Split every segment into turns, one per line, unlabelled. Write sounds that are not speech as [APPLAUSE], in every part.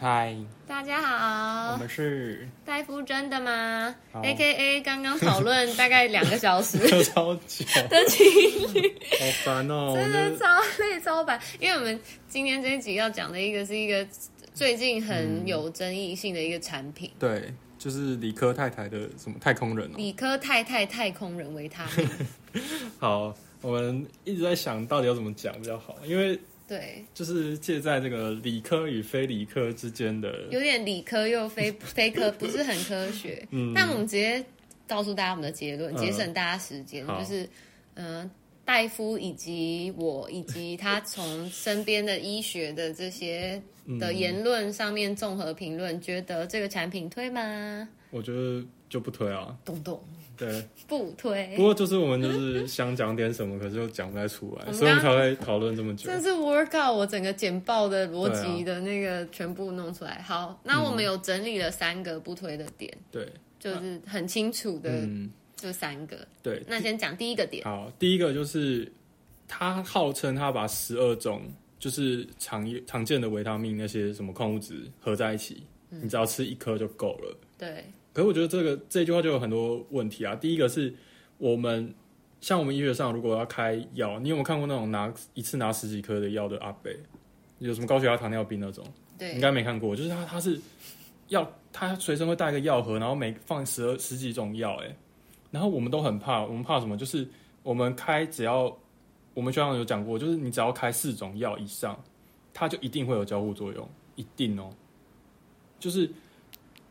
嗨，
大家好，
我们是 [LAUGHS]
戴夫真的吗
好
？A K A 刚刚讨论大概两个
[LAUGHS]
小时
超久，
的情侣，
好烦哦！
真
我
的
们
超累超烦。因为我们今天这一集要讲的一个是一个最近
嗯
很有争议性的一个产品，
对，就是理科太太的什么太空人哦。
理科太太太空人维他命。
[LAUGHS] 好，我们一直在想到底要怎么讲比较好，因为
对，
就是介在这个理科与非理科之间的， [LAUGHS]
有点理科又非非科，不是很科学。
嗯
但我们直接告诉大家我们的结论，
嗯
节省大家时间，
好
就是嗯。呃戴夫以及我以及他从身边的医学的这些
嗯
的言论上面综合评论，觉得这个产品推吗？
我觉得就不推啊。
懂懂
对，
不推
不，过就是我们就是想讲点什么，可是又讲不太出来，
我们
所以我们才会讨论这么久
这。是 workout 我整个简报的逻辑
对啊
的那个全部弄出来。好，那
嗯
我们有整理了三个不推的点，
对，
就是很清楚的，
啊嗯，
就三个。
对。
那先讲第一个点，
好，第一个就是他号称他把十二种就是常常见的维他命那些什么矿物质合在一起，你只要吃一颗就够了。
对，
可是我觉得这个这句话就有很多问题啊。第一个是我们像我们医学上如果要开药，你有没有看过那种拿一次拿十几颗的药的阿伯？有什么高血压、糖尿病那种？应
对，
该没看过。就是他他是药，他随身会带一个药盒，然后每放十二十几种药，哎，然后我们都很怕，我们怕什么？就是我们开只要我们学校有讲过，就是你只要开四种药以上，它就一定会有交互作用，一定哦。就是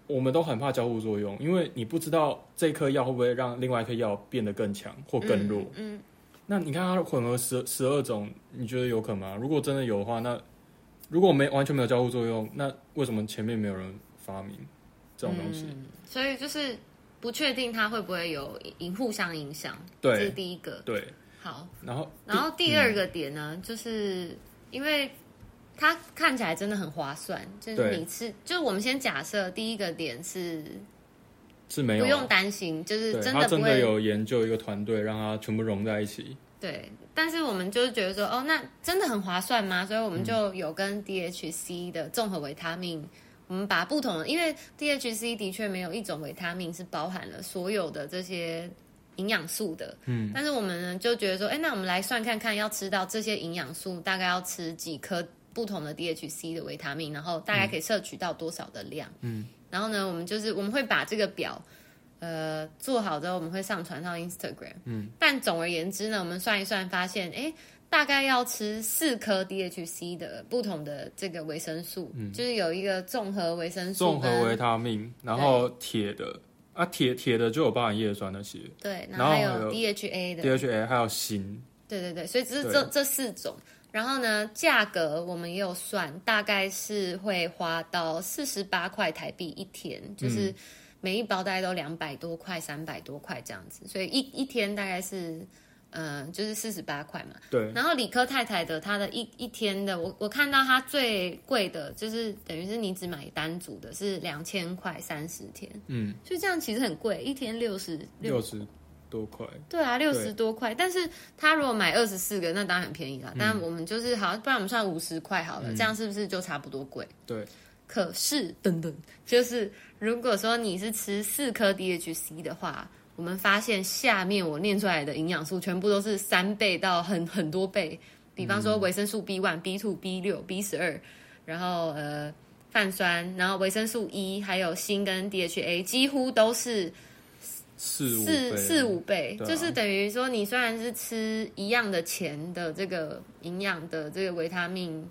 我们都很怕交互作用，因为你不知道这颗药会不会让另外一颗药变得更强或更弱。
嗯，
那你看它混合十十二种，你觉得有可能吗？如果真的有的话，那如果没完全没有交互作用，那为什么前面没有人发明这种东西？
嗯所以就是不确定它会不会有影互相影响，这是
对嗯
第一个。
对，
好，
然后
然后第二个点呢，就是因为它看起来真的很划算，就是
对
你吃，就是我们先假设第一个点是
是
不
没有，
用担心，就是
对，
真
他
不
真的
会
有研究一个团队，让它全部融在一起。
对，但是我们就是觉得说，哦，那真的很划算吗？所以我们就有跟 DHC 的综合维他命，我们把不同的，因为 DHC 的确没有一种维他命是包含了所有的这些营养素的，嗯，但是我们呢就觉得说，哎，那我们来算看看，要吃到这些营养素，大概要吃几颗不同的 DHC 的维他命，然后大概可以摄取到多少的量，嗯，然后呢，我们就是我们会把这个表。呃，做好之后我们会上传到 Instagram，但总而言之呢，我们算一算发现，哎，大概要吃四颗 DHC 的不同的这个维生素，就是有一个嗯综合维生素啊
综
跟，
合维他命，然后铁的啊，铁铁的就有包含叶酸那些
对，
然
然后还
后
有 DHA 的，
，DHA 还有锌，
对对对，所以这
对
这这四种。然后呢，价格我们也有算，大概是会花到四十八块台币一天，
嗯
就是每一包大概都两百多块、三百多块这样子，所以一一天大概是，嗯、就是四十八块嘛。
对，
然后理科太太的，她的一一天的，我我看到她最贵的，就是等于是你只买单组的，是两千块三十天，
嗯，
所以这样其实很贵，一天六十
六十多块，
对啊，六十多块。但是她如果买二十四个，那当然很便宜啦。但我们就是好，不然我们算五十块好了，这样是不是就差不多贵？
对，
可是等等，就是如果说你是吃四颗 DHC 的话，我们发现下面我念出来的营养素全部都是三倍到很很多倍，比方说维生素 B one、B two、B 六、B 十二，然后呃泛酸，然后维生素 E，还有锌跟 DHA，几乎都是
四五
四
倍
四五倍，
对啊
就是等于说你虽然是吃一样的钱的这个营养的这个维他命，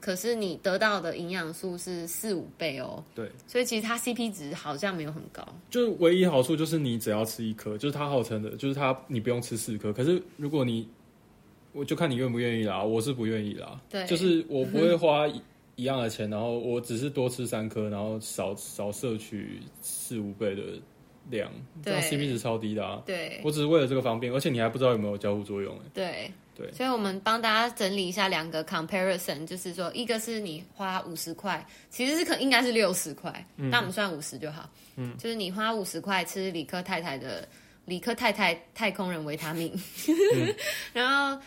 可是你得到的营养素是四五倍哦，
对。
所以其实它 CP 值好像没有很高。
就是唯一好处就是你只要吃一颗，就是它号称的，就是它你不用吃四颗。可是如果你，我就看你愿不愿意啦，我是不愿意啦。
对
就是我不会花一一样的钱，然后我只是多吃三颗，然后少少摄取四五倍的量，这样
对
CP 值超低的啊。
对
我只是为了这个方便，而且你还不知道有没有交互作用、欸。
对
对
所以我们帮大家整理一下两个 comparison，就是说，一个是你花五十块，其实是可应该是六十块，但我们算五十就好。嗯，就是你花五十块吃理 [LAUGHS] 科太太的理科太太太空人维他命，然后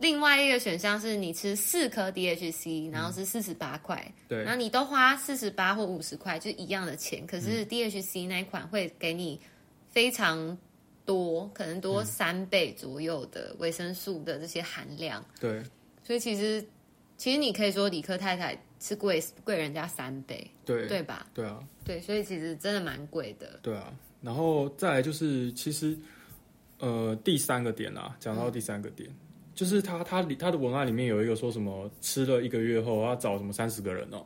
另外一个选项是你吃四颗 DHC，然后是四十八块，
对
然后你都花四十八或五十块，就一样的钱，可是
嗯
DHC 那一款会给你非常多，可能
嗯
多三倍左右的维生素的这些含量，
对
所以其实其实你可以说理科太太是贵贵人家三倍，
对
对吧？
对啊，
对，所以其实真的蛮贵的。
对啊。然后再来就是，其实呃，第三个点啊，讲到第三个点，就是他他里他的文案里面有一个说什么吃了一个月后要找什么三十个人哦、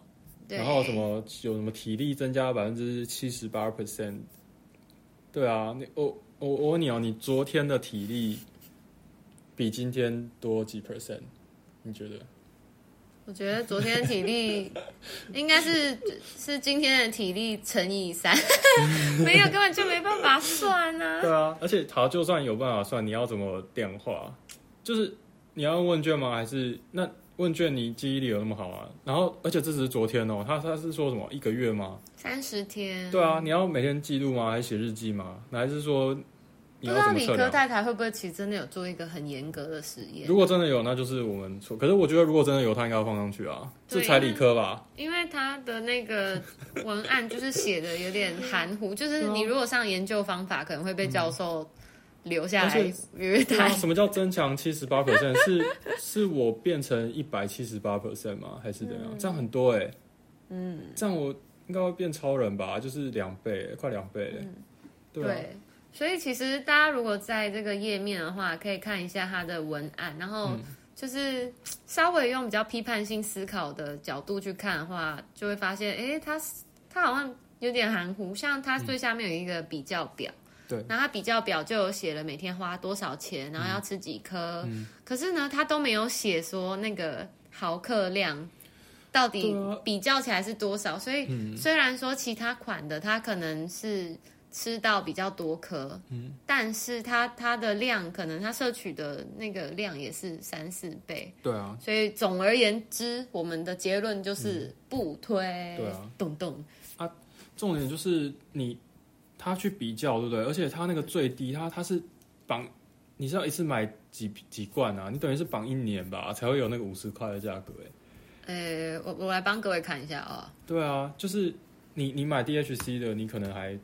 对，
然后什么有什么体力增加百分之七十八 percent，对啊，你我我我问你哦，你昨天的体力比今天多几 percent？你觉得？
我觉得昨天的体力应该是是今天的体力乘
[LAUGHS]
以三，没有根本就没办法算啊。
对啊，而且好，就算有办法算，你要怎么量化？就是你要用问卷吗？还是那问卷你记忆力有那么好吗？然后，而且这只是昨天哦，他他是说什么一个月吗？
三十天，
对啊，你要每天记录吗？还是写日记吗？还是说你
不
要
知道
怎么
理
测
科
量？
太太会不会其实真的有做一个很严格的实验？
如果真的有，那就是我们错。可是我觉得，如果真的有，他应该要放上去啊，
对
这才理科吧？
因为他的那个文案就是写的有点含糊，就是你如果上研究方法，可能会被教授留
嗯
下
而
来
且
约
对啊，
谈。
什么叫增强七十八 percent？是 [LAUGHS] 是我变成一百七十八 percent 吗？还是怎样？这样很多哎、嗯，这样我应该会变超人吧？就是两倍、快两倍嘞、对啊，
对，所以其实大家如果在这个页面的话，可以看一下它的文案，然后
嗯
就是嘖稍微用比较批判性思考的角度去看的话，就会发现，诶，它它好像有点含糊。像
嗯
它最下面有一个比较表，
对，嗯
然后它比较表就有写了每天花多少钱，然后要吃几颗，可是呢，它都没有写说那个毫克量。到底
对啊嗯
比较起来是多少？所以虽然说其他款的它可能是吃到比较多颗，嗯，但是它它的量可能它摄取的那个量也是三四倍，
对啊，嗯
所以总而言之，我们的结论就是不推，
对啊，
懂懂，
重点就是你他去比较，对不对？而且他那个最低，他他是绑，你是要一次买几几罐啊？你等于是绑一年吧，才会有那个五十块的价格哎、
呃、我我来帮各位看一下啊、
对啊，就是你你买 DHC 的，你可能还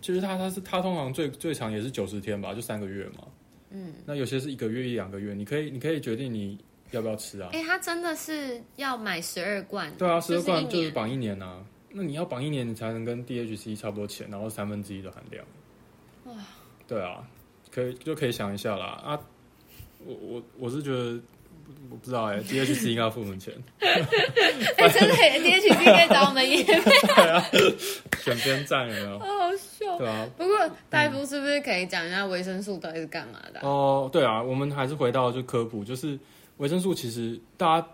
就是它它是它通常最最长也是九十天吧，就三个月嘛。嗯，那有些是一个月一两个月，你可以你可以决定你要不要吃啊。
哎、它真的是要买十二罐，
对啊，十
就
二
是一
罐就是
年，
绑一年啊。那你要绑一年，你才能跟 DHC 差不多钱，然后三分之一的含量。哇，对啊，可以就可以想一下啦啊。我我我是觉得我不知道哎、，DHC 应该要付我们钱，
哎、真的耶 DHC 可以找我们也，
选边站有没有？
好好
[LAUGHS]
笑。
对啊，
不过大夫是不是可以讲一下维生素到底是干嘛的啊、
哦，对啊，我们还是回到就科普，就是维生素其实大家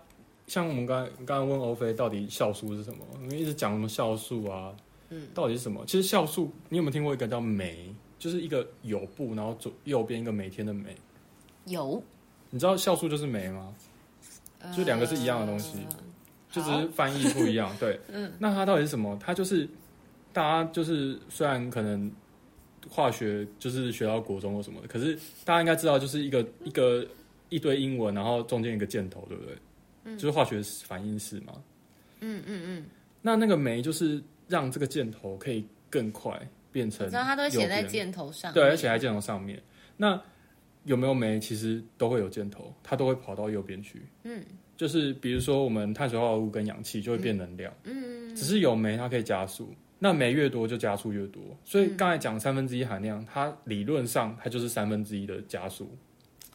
像我们刚才刚刚问欧菲到底酵素是什么，我们一直讲什么酵素啊，嗯，到底是什么？其实酵素你有没有听过一个叫酶，就是一个有布，然后左右边一个每天的酶，嗯
有，
你知道酵素就是酶吗？就两个是一样的东西
呃
就只是翻译不一
[LAUGHS]
样。对，嗯，那它到底是什么？它就是大家就是虽然可能化学就是学到国中或什么的，可是大家应该知道，就是一
嗯
个一个一堆英文，然后中间一个箭头，对不对？嗯，就是化学反应式嘛。
嗯嗯嗯，
那那个酶就是让这个箭头可以更快变
我
成右边，
知道它都会写在箭头上，
对，而且在箭头上面。那有没有酶？其实都会有箭头，它都会跑到右边去。嗯，就是比如说我们碳水化合物跟氧气就会变能量。嗯，只是有酶它可以加速，那酶越多就加速越多。所以刚才讲三分之一含量，它理论上它就是三分之一的加速。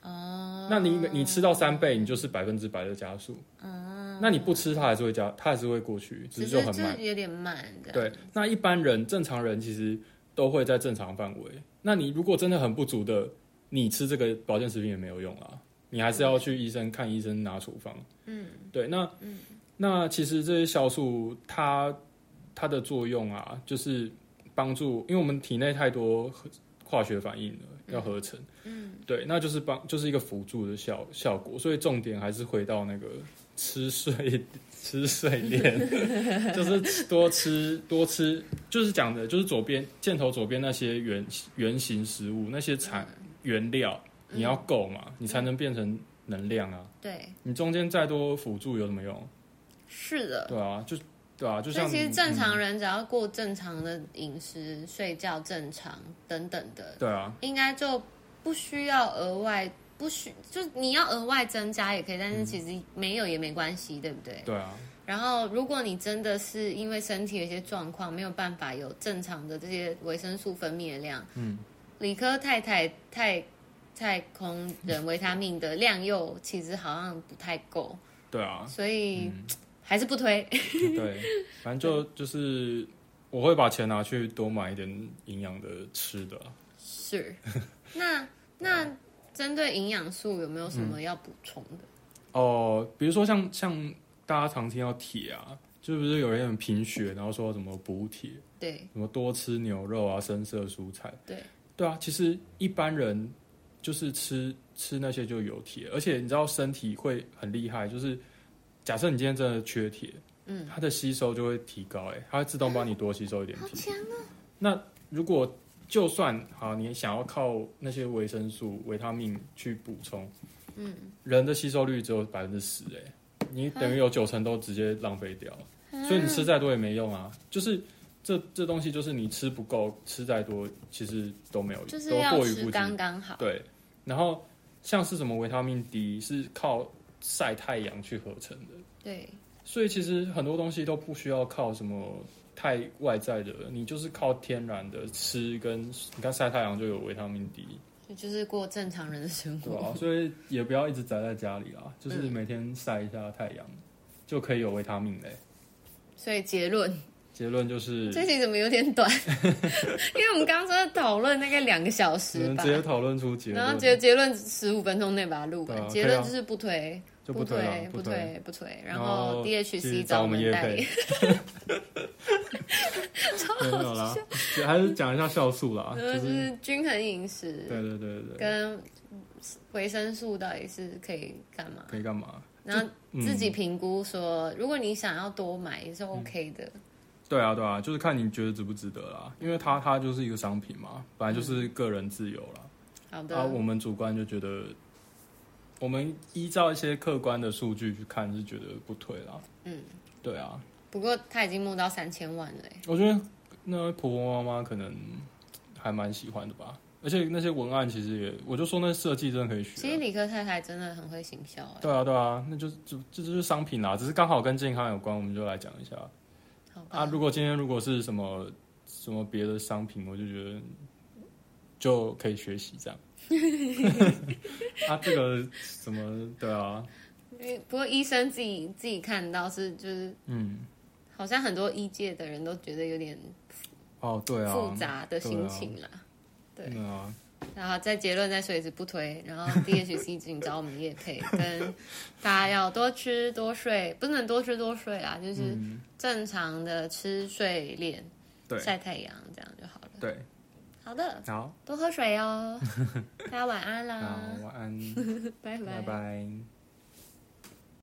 哦，
那你你吃到三倍，你就是百分之百的加速。哦，那你不吃它还是会加，它还是会过去，只
嗯只
是
是
就很慢。
有点慢的，
对，那一般人正常人其实都会在正常范围。那你如果真的很不足的，你吃这个保健食品也没有用啊，你还是要去医生看医生拿处方。嗯，对，那嗯，那其实这些酵素它它的作用啊，就是帮助，因为我们体内太多合化学反应了，要合成。嗯，对，那就是帮就是一个辅助的效效果，所以重点还是回到那个吃睡 [LAUGHS] 吃睡练， [LAUGHS] 就是多吃多吃，就是讲的就是左边箭头左边那些
嗯
圆圆形食物那些产原料，你要够嘛，你才能变成。能量啊。
对，
你中间再多辅助有什么用？
是的。
对啊，就对啊，就
呃所以
像
其实
你
正常人只要过正常的饮食、睡觉正常等等的，
对啊，
应该就不需要额外不需，就你要额外增加也可以，但是其实没有也没关系，对不对？
对啊，
然后如果你真的是因为身体有一些状况没有办法有正常的这些维生素分泌的量，
嗯，
理科太太太太空人维他命的量又其实好像不太够，
对啊，
所以、还是不推。
对，反正就就是我会把钱拿去多买一点营养的吃的啊。
是，那那针对营养素有没有什么要补充的？
哦，比如说像像大家常听到铁啊，就不是有人很贫血，然后说什么补铁，
对
什么多吃牛肉啊、深色蔬菜。
对，
对啊，其实一般人就是吃吃那些就有铁，而且你知道身体会很厉害，就是假设你今天真的缺铁，
嗯，
它的吸收就会提高、欸，哎，它会自动帮你多吸收一点
好
铁。
强啊！
如果就算好，你想要靠那些维生素、维他命去补充，嗯，人的吸收率只有百分之十，哎，你等于有九成都直接浪费掉，所以你吃再多也没用啊。就是这这东西，就是你吃不够，吃再多其实都没有用，
就是
都
要
过于
吃
不及。
刚刚好。
对，然后像是什么维他命 D 是靠晒太阳去合成的，
对，
所以其实很多东西都不需要靠什么太外在的，你就是靠天然的吃跟你看晒太阳就有维他命 D，
所以就是过正常人的生
对
活。 [LAUGHS]
啊，所以也不要一直宅在家里啊，就是
嗯
每天晒一下太阳、就可以有维他命嘞。
所以结论，
结论就是，
这集怎么有点短？ [LAUGHS] 因为我们刚刚说讨论大概两个小
只
时
能嗯
吧
直，接讨论出结
然后
论，
结结论十五分钟内把它录
对
完。
啊
结
可以啊
论就是不推，
就
不
推了，
不
推。
推，不推。然后 DHC
找
我
们
们
业
代
配
理，， [LAUGHS]
没有啦，就还是讲一下酵素啦，
然后
啊
[LAUGHS] 就
就是
是均衡饮食。
对对对对对，
跟维生素到底是可以干嘛？
可以干嘛？
然后
嗯
自己评估说，如果你想要多买也是 OK 的，
对啊对啊，就是看你觉得值不值得啦，因为它它就是一个商品嘛，本来就是个人自由啦。
嗯好
啊，
的，
我们主观就觉得，我们依照一些客观的数据去看，是觉得不推啦。
嗯，
对啊，
不过他已经募到三千万了欸，
我觉得那婆婆妈妈可能还蛮喜欢的吧，而且那些文案其实也，我就说那设计真的可以学啊、
其实理科太太真的很会行销哎，
对啊，对啊，那就是就这就是商品啦，只是刚好跟健康有关，我们就来讲一下
好吧，
啊。如果今天如果是什么什么别的商品，我就觉得就可以学习
[LAUGHS]
这样。啊，这个什么对啊，
因为不过医生自己自己看到是就是
嗯，
好像很多医界的人都觉得有点
哦，对啊，
复杂的心情啦，对
嗯啊，
然后再结论再说一次不推，然后 DHC 请找我们叶
[LAUGHS]
配，跟大家要多吃多睡，不能多吃多睡啊，就是正常的吃睡练，
嗯对
晒太阳这样就好了。
对，
好的，
好， [LAUGHS]
多喝水哦，大家晚安
那
啦，
晚安，
拜
拜拜。